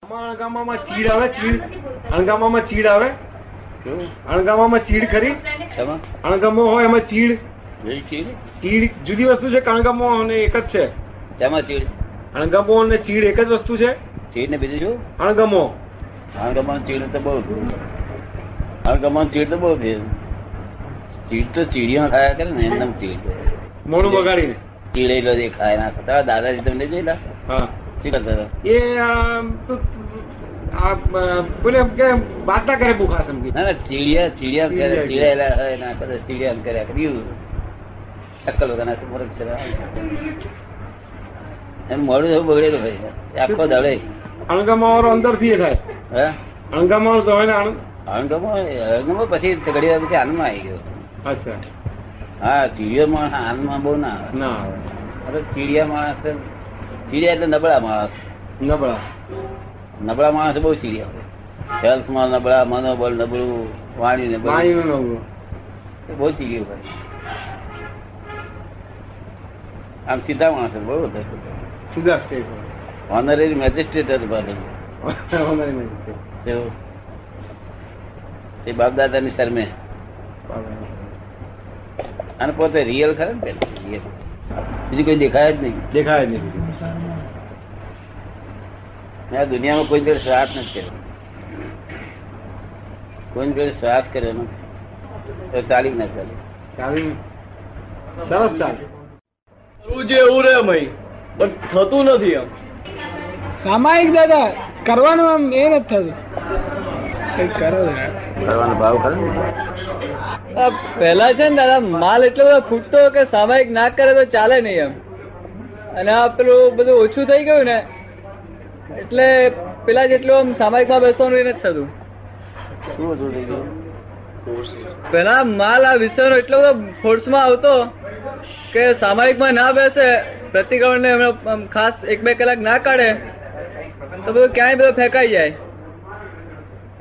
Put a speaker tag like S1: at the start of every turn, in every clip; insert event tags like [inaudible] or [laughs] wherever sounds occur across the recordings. S1: આમાં અણગામામાં ચીડ આવે ચીડ અણગામામાં ચીડ આવે
S2: કેવું
S1: અણગામામાં ચીડ ખરી
S2: શેમાં?
S1: અણગમો હોય એમાં ચીડ
S2: વેલ ચીડ
S1: ચીડ જુદી વસ્તુ છે કે અણગમો અને એક જ છે
S2: શેમાં ચીડ
S1: અણગમો અને ચીડ એક જ વસ્તુ છે
S2: ચીડ ને બીજું શું
S1: અણગમો
S2: અણગમન ચીડ તો બહુ ભેદ. અણગમન ચીડ તો બહુ ભેદ. ચીડ તો ચીડિયા ખાયા કરે ને એમનેમ ચીડ
S1: મોડું બગાડીને
S2: ચીડેલો જે ખાય ના ખાતા હોય. દાદાજી તમને જોયેલા
S1: હા
S2: શું કરતા હતા?
S1: એ આમ, આ બોલે એમ કે વાત ના કરે ભૂખા સમજી
S2: ના ના ચીડિયા ચીડિયા જ કરે
S1: ચીડિયા જ.
S2: ચીડાયેલા હોય ના કરે ચીડિયા જ કર્યા કરે એવું અક્કલ વગરના શું ફરક છે એમ મોડું એવું બગડેલું ભાઈ આખો દડે
S1: અણગમો વાળો અંદરથી એ થાય
S2: હા
S1: અણગમો વાળો તો હોય ને અણ-
S2: અણગમો અણગમો પછી ઘડી વાર પછી આનંદમાં આવી ગયો
S1: અચ્છા
S2: હા ચીડિયો માણસ આનંદમાં બહુ ના આવે
S1: ના આવે
S2: હવે ચીડિયા માણસ તો- ચીડિયા એટલે નબળા માણસ
S1: નબળા
S2: નબળા માણસ બહુ ચીડિયા હોય હેલ્થમાં નબળા મનોબળ નબળું વાણી નબળું
S1: વાણીનું નબળું
S2: એ બહુ ચીડિયું હોય આમ સીધા માણસ હતા, બહુ હતા
S1: સીધા સ્ટેજ [laughs]
S2: ઓનરેરી મેજિસ્ટ્રેટ હતું પાછું તો એ બાપદાદાની શરમે અને પોતે રિયલ ખરે ને પેલા? Real. બીજું કોઈ દેખાય જ નહીં
S1: દેખાય નહીં
S2: મેં આ દુનિયામાં કોઈ જોડે શ્વાસ નથી કર્યો કોઈ જોડે શ્વાસ કર્યો નથી. તો ચાલી ના ચાલી
S1: ચાલી સરસ ચાલે
S3: કરવું છે એવું રે ભાઈ પણ થતું નથી એમ
S4: સામાયિક દાદા કરવાનું આમ એ નથી થતું કઈ કરો યાર.
S2: કરવાનો ભાવ ખરો ને?
S3: આ પહેલા છે ને દાદા માલ એટલો બધો ફૂટતો કે સામાયિક ના કરે તો ચાલે નહીં એમ અને આ પેલું બધું ઓછું થઈ ગયું ને એટલે પેલા જેટલું આમ સામાયિકમાં બેસવાનું એ નથી થતું
S2: શું હતું થઈ ગયું?
S3: પેલા માલ આ વિષયનો એટલો બધો ફોર્સમાં આવતો કે સામાયિકમાં ના બેસે પ્રતિક્રમણને હમણાં આમ ખાસ એક બે કલાક ના કાઢે તો બધું ક્યાંય બધું ફેંકાઈ જાય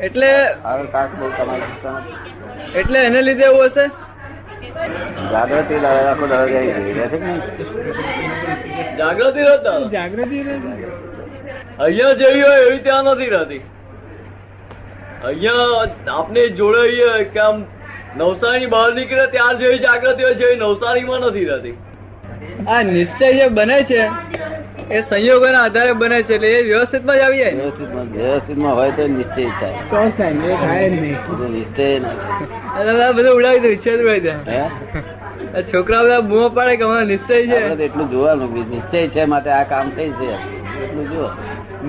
S3: એટલે
S2: હારો કાંસ બહુ કમાઈ શકતા નથી.
S3: એટલે એને લીધે એવું હશે
S2: જાગૃતિ લાવે, આખો દાડો જાય છે. રહે છે કે નહીં?
S3: જાગૃતિ રહેતા
S4: જાગૃતિ રહે.
S3: અહીંયા જેવી હોય એવી ત્યાં નથી રહેતી અહીંયા આપને જોડાઈએ કે આમ નવસારી બહાર નીકળે ત્યાં જેવી જાગૃતિ હોય છે એવી નવસારીમાં નથી રહેતી આ નિશ્ચય જે બને છે એ સંયોગોના આધારે બને છે એટલે એ વ્યવસ્થિતમાં જ આવી જાય ને.
S2: વ્યવસ્થિતમાં વ્યવસ્થિતમાં હોય તો નિશ્ચય થાય
S4: તો સાહેબ એ થાય જ નહીં
S2: બીજો નિશ્ચય ના થાય.
S3: અને આ બધું ઉડાવી દે ઈચ્છા જ ઉડાવી દે
S2: હે?
S3: આ છોકરા બધા બૂમો પાડે કે અમારો નિશ્ચય
S2: આપણે તો
S3: છે
S2: એટલું જોવાનું કે નિશ્ચય છે માટે આ કામ થઈ છે એટલું જુઓ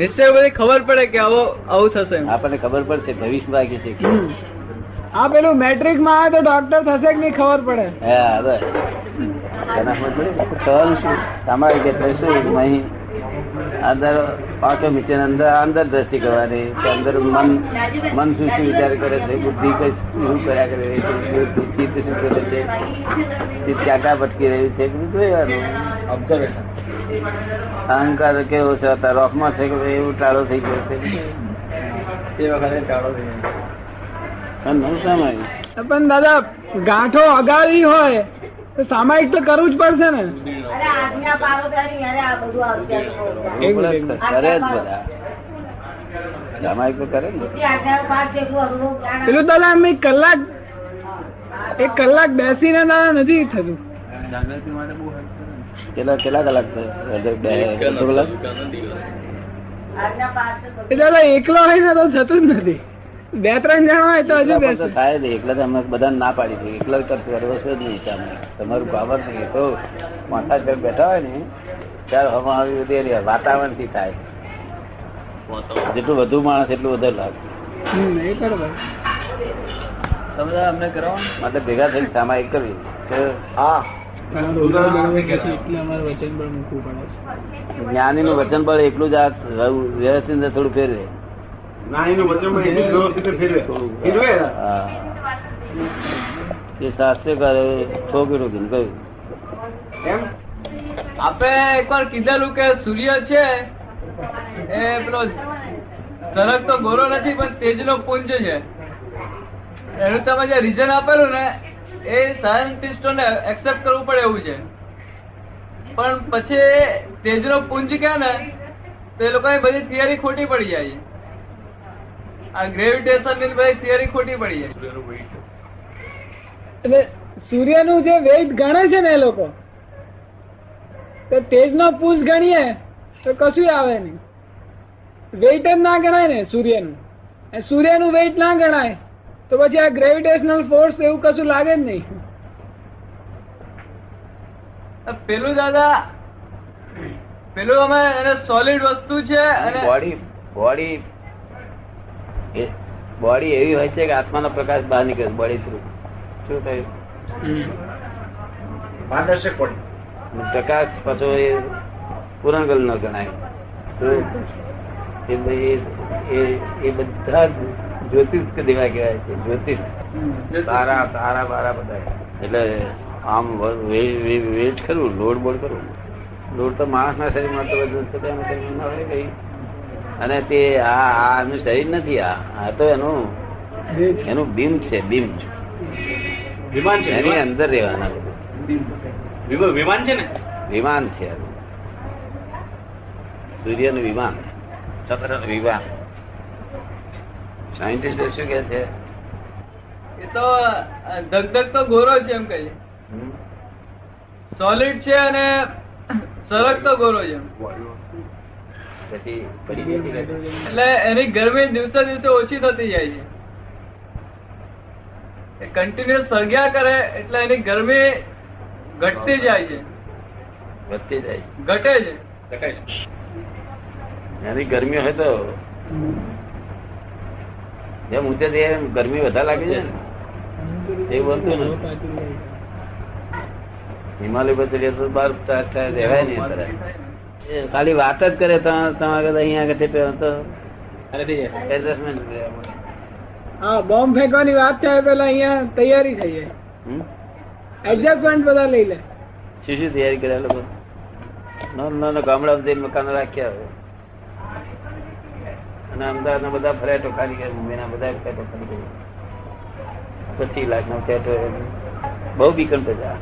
S3: નિશ્ચય બધી ખબર પડે કે આવો આવું થશે એમ.
S2: આપણને ખબર પડશે ભવિષ્ય બાકી છે કે
S4: આ પેલું મેટ્રિક માં આવે તો ડોક્ટર થશે કે નહીં ખબર પડે
S2: હે, હવે. એના પર થોડી કોઈ સવાલ શું? સામાયિક એટલે શું? અહીં અંદર પાંચો નીચે અંદર અંદર દ્રષ્ટિ કરવાની તો અંદર મન મન શું શું વિચાર કરે છે બુદ્ધિ કઈ શું કર્યા કરે છે બુદ્ધિ ચિત્ત શું કરે છે ચિત્ત ક્યાંટા ભટકી રહ્યું છે એ બધું જોવાનું અહંકાર કેવો છે અત્યારે રોકમાં છે કે ભાઈ એવું ટાળો થઈ ગયો છે અને નવું સામાયિક
S4: પણ દાદા ગાંઠો અગાવી હોય તો સામાયિક તો કરવું જ પડશે ને
S5: અરે આજના પારો ધરી અરે આ બધું આવશે
S2: કરે જ બધા સામાયિક તો કરે ને
S5: આજના પાસ જેટલું અઘરું જ્ઞાન
S4: પેલું દાદા આમ એક કલાક એક કલાક બેસીને દાદા નથી થતું
S2: કેટલા કેટલા કલાક થયો? અડધો બે અડધો કલાક
S5: આજના પાસ તો
S4: એ દાદા એકલો હોય ને તો થતું જ નથી બે ત્રણ જણા હોય તો હજુ
S2: એકલા પણ તો
S4: બેસે
S2: થાય નહીં એકલા તો અમે બધાને ના પાડી છે એકલા જ કરશો કરવો છે જ નહીં સામાયિક. તમારું પાવર નહીં તો માથા પર બેઠા હોય ને ત્યારે હવા આવી બધી એની વાતાવરણથી થાય જેટલું વધુ માણસ એટલું વધારે લાભ
S4: હમ, એ બરોબર
S2: તમે અમને કરો માટે ભેગા થઈને સામાયિક કરવી
S1: હા
S4: એટલે અમારું વચન પણ મૂકવું પડે છે
S2: જ્ઞાની નું વચન બળ એટલું જ આ રહ્યું. વ્યવસ્થિત અંદર થોડું ફેરવે
S1: નાનીનું વચન પણ એટલું જ વ્યવસ્થિત ફેરવે ફેરવે
S2: હા એ શાસ્ત્રકારે ઠોકર્યું હતું ને કહ્યું
S1: એમ
S3: આપે એકવાર કીધેલું કે સૂર્ય છે એ પેલો તરફ તો ગોરો નથી પણ તેજનો પુંજ છે એનું તમે જે રીઝન આપેલું ને એ સાયન્ટિસ્ટોને એક્સેપ્ટ કરવું પડે એવું છે પણ પછી તેજનો પુંજ કે ને તો એ લોકોની બધી થિયરી ખોટી પડી જાય છે. આ ગ્રેવિટેશન ની બધી થિયરી ખોટી પડી જાય છે.
S4: એટલે સૂર્યનું જે વેઇટ ગણે છે ને એ લોકો તો તેજનો પુષ ગણીએ તો કશું આવે નહીં વેઇટ જ ના ગણાય ને સૂર્યનું અને સૂર્યનું વેઇટ ના ગણાય તો પછી આ ગ્રેવિટેશનલ ફોર્સ એવું કશું લાગે જ નહીં
S3: આ પેલું દાદા પેલું અમે એને સોલિડ વસ્તુ છે અને
S2: બોડી બોડી એ બોડી એવી હોય છે કે આત્માનો પ્રકાશ બહાર નીકળે છે બોડી થ્રુ શું થયું
S1: પારદર્શક પણ
S2: અને પ્રકાશ પાછો એ પુરંગલ ન ગણાય તો એ ભઈ એ- એ બધા જ જ્યોતિષ દેવા કહેવાય છે જ્યોતિષ તારા તારા બારા બધા એટલે આમ વ- વે- વે- વેટ કરું લોડ બોડ કરું લોડ તો માણસના શરીરમાં તો બધું છે તેના શરીરમાં હોય કઈ અને તે આ આ એનું શરીર નથી આ આ તો એનું એનું બિંબ છે બિંબ
S6: વિમાન છે
S2: એની
S6: વિમાન.
S2: અંદર રહેવાના લોકો.
S6: વિમો- વિમાન છે ને
S2: વિમાન છે એનું. સૂર્યનું વિમાન ચંદ્રનું વિમાન સાયન્ટિસ્ટ શું કે છે
S3: એ તો અ, ધગધગ તો ગોરો છે એમ કહીએ સોલિડ છે અને સરક તો ગોરો છે એમ.
S2: પછી પડી ગઈ હતી કે?
S3: એટલે એની ગરમી દિવસે દિવસે ઓછી થતી જાય છે એ કન્ટિન્યુઅસ સળગ્યા કરે એટલે એની ગરમી ઘટતી જાય છે
S2: વધતી જાય
S3: ઘટે છે
S6: ટકાય છે.
S2: એની ગરમી હોય તો જેમ ઊંચે જઈએ એમ ગરમી વધારે લાગે છે ને એવું બનતું ને હિમાલય પર ચડીએ તો બાર તાસ થાય રહેવાય નહીં અંદર. એ ખાલી વાત જ કરે ત્યાં ત્યાં આગળ અહીંયા આગળ તે તો
S6: અને થઈ જાય
S2: adjustment રહે.
S4: હા બોમ્બ ફેંકવાની વાત થાય પેલા અહીંયા તૈયારી થઈ જાય
S2: હમ?
S4: એડજસ્ટમેન્ટ બધા લઈ લે
S2: શું શું તૈયારી કર્યા લોકો નાના નાના ગામડામાં જઈને મકાન રાખ્યા હોય અને અમદાવાદના બધા ફ્લેટો ખાલી કરી મુંબઈના બધા ફ્લેટો ખાલી કરી પચીસ લાખના ફ્લેટો એમ. બહુ બીકન પ્રજા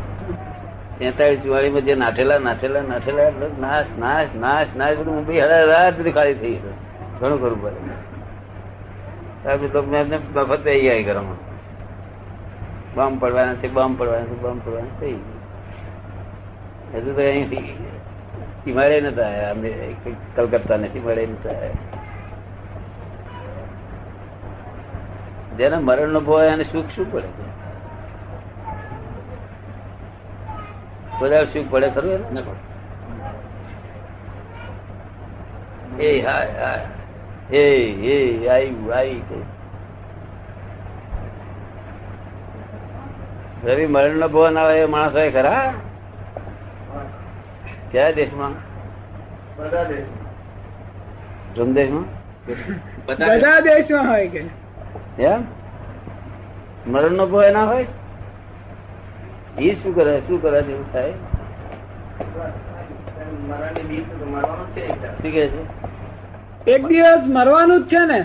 S2: તેતાળીસ ચુવાળીમાં જે નાઠેલા નાઠેલા નાઠેલા એટલે નાશ નાશ નાશ નાશ બધું મુંબઈ હરા રાત સુધી ખાલી થઈ ગયું ઘણું ખરું પડે તારું તો મેં એમને મફત થઈ ગયા એ ઘરમાં બમ પડવાના છે બમ પડવાના છે બમ પડવાના થઈ ગયું હજુ તો અહીંથી હિમાલય નતા આવ્યા અમે કંઈક કલકત્તા ને હિમાલય નતા આવ્યા જેને મરણ નો ભોગ એને સુખ શું પડે છે બધા સુખ પડે ખરું એને? એ હા હા. એ એ આવ્યું આવી ગયું રવિ મરણ નો ભોગ ના હોય એ માણસ હોય ખરા કયા દેશમાં જમ દેશમાં
S6: બધા
S4: બધા દેશમાં હોય કે
S2: એમ મરણ નો ભય ના હોય એ શું કરે શું કરે જેવું થાય શું કહે છે
S4: એક દિવસ મરવાનું જ છે ને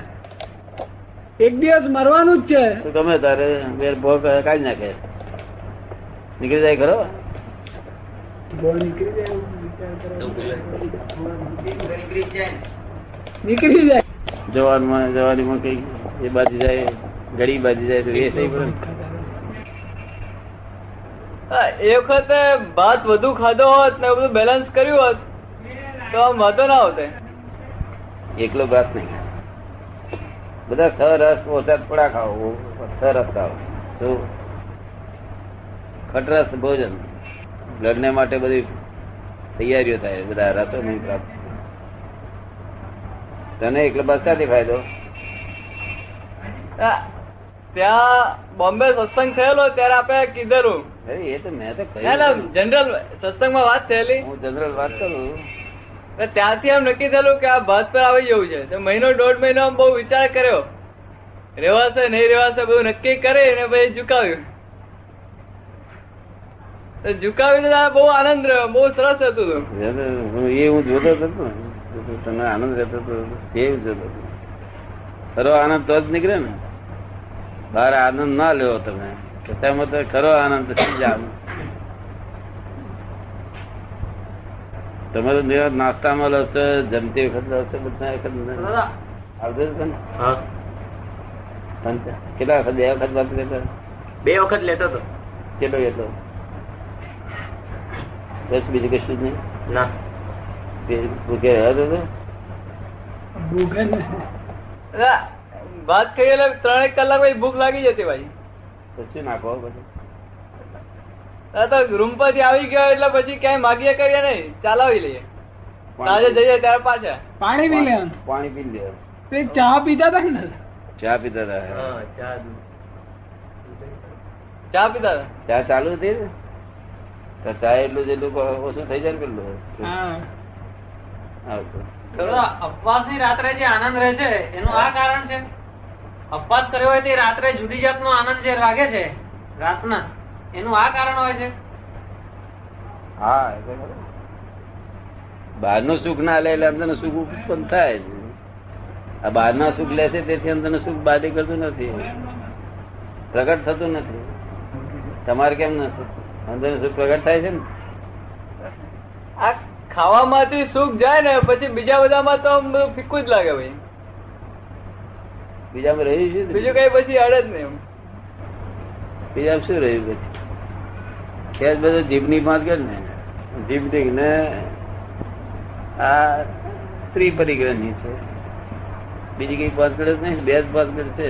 S4: એક દિવસ મરવાનું જ છે
S2: તો ગમે તારે બે ભો કાઢી નાખે નીકળી જાય ખરો
S4: નીકળી જાય
S2: જવાનમાં જવાનીમાં કઈ એ બાજુ જાય ઘડી બાજુ જાય તો એ થઈ પડે
S3: હા, એ વખતે ભાત વધુ ખાધો હોત ને બધું બેલેન્સ કર્યું હોત તો આમ વાંધો ના હોતે
S2: એકલો ભાત નહીં બધા સરસ ઓછા થોડા ખાઓ સરસ ખાઓ તો ખટરસ ભોજન લગ્ન માટે બધી તૈયારીઓ થાય બધા રસો નહીં પ્રાપ્ત તને એકલો ભાત સાથે ફાયદો
S3: હા, ત્યાં બોમ્બે સત્સંગ થયેલો ત્યારે આપણે કીધેલું
S2: અરે એ તો મેં તો
S3: ના ના
S2: કહ્યું
S3: જનરલ સત્સંગમાં વાત થયેલી
S2: હું જનરલ વાત કરું
S3: એટલે ત્યાંથી આમ નક્કી થયેલું કે આ ભાત પર આવી જવું છે તો મહિનો દોઢ મહિનો આમ બહુ વિચાર કર્યો રેવાશે નહીં રેવાશે બધું નક્કી કરી અને પછી ઝુકાવ્યું તો ઝુકાવ્યું તો બહુ આનંદ રહ્યો બહુ સરસ હતું હતું
S2: હું- એ હું જોતો હતો ને જોતો તને આનંદ રહેતો હતો એ હું જોતો હતો ખરો આનંદ તો જ નીકળે ને બહાર આનંદ ના લેવો તમે કથામાં તો ખરો આનંદ તો શું જાણો? તમારો દેહ નાસ્તામાં લવતો જમતી વખત લવતો બધા વખત આવતો જ કોને?
S6: હા
S2: પંચ- કેટલા વખત બે વખત વાત કરતા
S6: બે વખત લેતો હતો
S2: કેટલો કેટલો બસ બીજું કશું જ નહીં
S6: ના
S2: તે ભૂખે રહ્યો હતો
S4: ભૂગન
S3: ના, વાત કરીએ એટલે ત્રણેક કલાક પછી ભૂખ લાગી જતી ભાઈ
S2: કશું નાખો બધું
S3: આ તો રૂમ પરથી આવી ગયો એટલે પછી ક્યાંય માગીએ કરીએ નહીં ચલાવી લઈએ સાંજે જઈએ ત્યારે પાછા
S4: પાણી પી લેવાનું
S2: પાણી પી લેવાનું
S4: તે ચા પીતા હતા ને
S2: ચા પીતા હતા
S3: ચા પીતા હતા.
S2: ચા ચાલુ હતી ને તો ચા એટલું જેટલું ઓછું થઈ જાય ને પેલું
S4: હા
S2: આવતું.
S7: અપવાસ ની રાત્રે જે આનંદ રહે છે એનું આ કારણ છે અપવાસ કર્યો હોય તે રાત્રે જુદી જાતનો આનંદ જે લાગે છે રાતના એનું આ કારણ હોય છે
S2: હા એ તો ખરું. બહારનું સુખ ના લે એટલે અંદર સુખ ઉત્પન્ન થાય છે આ બહારના સુખ લે છે તેથી અંદર સુખ બહાર નીકળતું નથી પ્રગટ થતું નથી તમારે કેમ નથી અંદર સુખ પ્રગટ થાય છે ને
S3: આ ખાવામાંથી સુખ જાય ને પછી બીજા બધામાં તો આમ બધું ફીકું જ લાગે ભાઈ
S2: બીજામાં રહ્યું છે
S3: બીજું કઈ પછી અડે જ નહીં એમ.
S2: બીજા શું રહ્યું પછી ખેસ બધો જીભની પાંચ ગયો ને જીભની ને આ સ્ત્રી પરિગ્રહની છે બીજી કઈ પાંચ ગળ નહીં બે જ પાંચ ગળ છે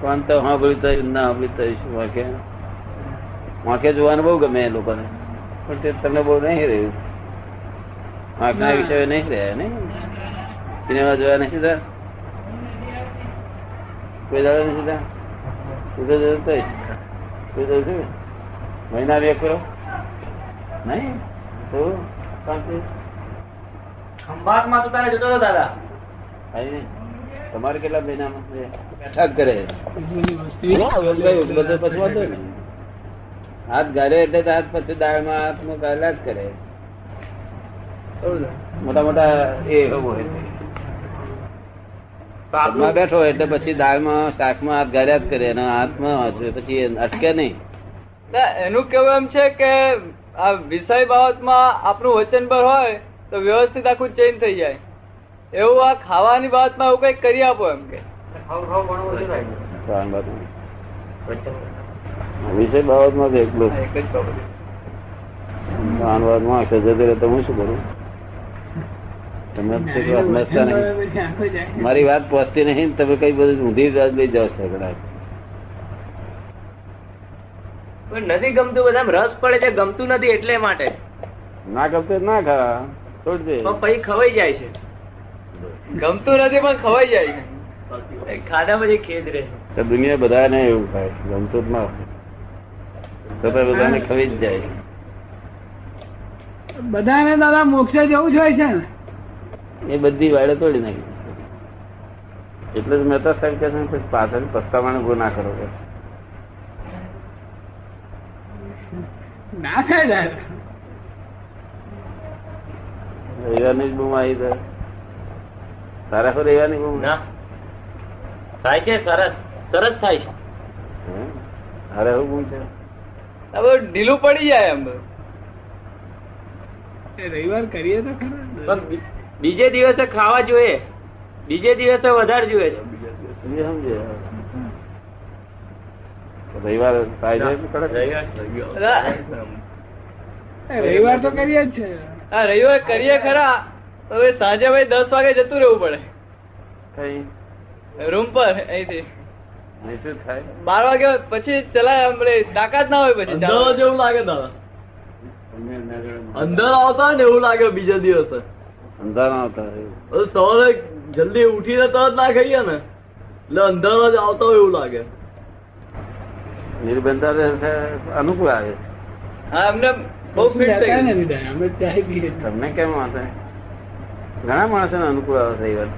S2: કોણ તો સાંભળ્યું થયું ના સાંભળ્યું થયું શું વાંકે વાંકે જોવાનું બહુ ગમે એ લોકોને પણ તે તમને બહુ નહીં રહ્યું વાંકના વિષયો નહીં રહ્યા નહીં સિનેમા જોયા નહીં સીધા કોઈ દાડો નહીં સીધા તું તો જતો જ. તું તો શું? મહિના બે કરો નહીં તો શાંતિ.
S7: ખંભાત માં તો તારે જતો હતો દાદા
S2: આવી નહીં. તમારે કેટલા મહિનામાં બે? બેઠા જ કરે
S4: જૂની વસ્તુ
S2: બધો પછી વાંધો નહીં. હાથ ગાળ્યો એટલે તો હાથ પછી દાળમાં હાથમાં ગાળ્યા જ કરે મોટા મોટા એ હોય હાથમાં બેઠો એટલે પછી દાળમાં શાકમાં હાથ ગાળ્યા જ કરે અને હાથમાં વાંચવે. પછી એ અટકે નહીં
S3: ના, એનું કેવું એમ છે કે આ વિષય બાબતમાં આપણું વચનભર હોય તો વ્યવસ્થિત આખું ચેન્જ થઈ જાય એવું આ ખાવાની બાબતમાં એવું કઈ કરી આપો એમ કે
S2: ત્રણ બાજુ. વિષય બાબતમાં તો એકલું
S3: આ એક જ બાબત.
S2: આનવાદ માં જતો રહેતો હું શું કરું તમે શું કરો? સમજતા નહીં.
S4: બધી આંખો જાય.
S2: મારી વાત પહોંચતી નહીં ને તમે કઈ બધું ઊંધી વાત લઈ જાઓ છો કદાચ
S7: નથી ગમતું બધા રસ પડે છે ગમતું નથી એટલે માટે
S2: ના ગમતો તો ના ખરા છોડજે
S7: પછી ખવાઈ જાય છે
S3: ગમતું નથી પણ ખવાઈ જાય છે
S7: ખાધા પછી ખેદ રહે
S2: તો દુનિયા બધાને એવું થાય ગમતું જ ના હોય. છતાં બધાને ખવી જ જાય
S4: બધાને દાદા મોક્ષે જવું જ હોય છે ને
S2: એ બધી વાડે તોડી નાખી એટલે જ મહેતા સાહેબ કહે છે ને, પછી પાછળ પસ્તાવાનો ગુનો ના કરો કે
S4: ના થાય દાદા
S2: રવિવારની જ બૂમ આવી તો તારા ખબર રવિવારની બૂમ
S7: ના થાય છે સરસ સરસ થાય છે
S2: હે? હારે એવું બૂમ છે
S3: આ બધું ઢીલું પડી જાય એમ બધું.
S4: એ રવિવાર કરીએ તો ખરા
S7: પણ બી- બીજે દિવસે ખાવા જોઈએ બીજે દિવસે વધારે જોઈએ છે
S2: સમજે સમજે રવિવાર થાય છે કડક
S3: આ-
S4: એ રવિવાર તો કરીએ જ છે
S3: આ રવિવાર કરીએ ખરા હવે સાંજે ભાઈ દસ વાગે જતું રહેવું પડે
S2: કઈ
S3: રૂમ પર અહીંથી
S2: નહીં શું થાય
S3: બાર વાગે પછી ચલાય આપણે તાકાત ના હોય પછી ચાલવા.
S7: એવું લાગે દાદા
S2: તમને ના જણાય.
S7: અંદર આવતા હોય ને એવું લાગે બીજા દિવસે
S2: અંધારા આવતા હોય.
S7: હવે સવારે જલ્દી ઉઠીને તરત ના ખાઈએ ને એટલે અંધારા જ આવતા હોય એવું લાગે
S2: નિર્બંધતા રહે છે, અનુકૂળ આવે છે.
S3: હા એમને બહુ
S4: શું
S3: ફિટ થઈ
S4: લેતા
S3: ગયું
S4: નથી દાદા અમે ચાય પીએ
S2: તમને કેમ વાંધો? ઘણા માણસોને અનુકૂળ આવે છે એ વાત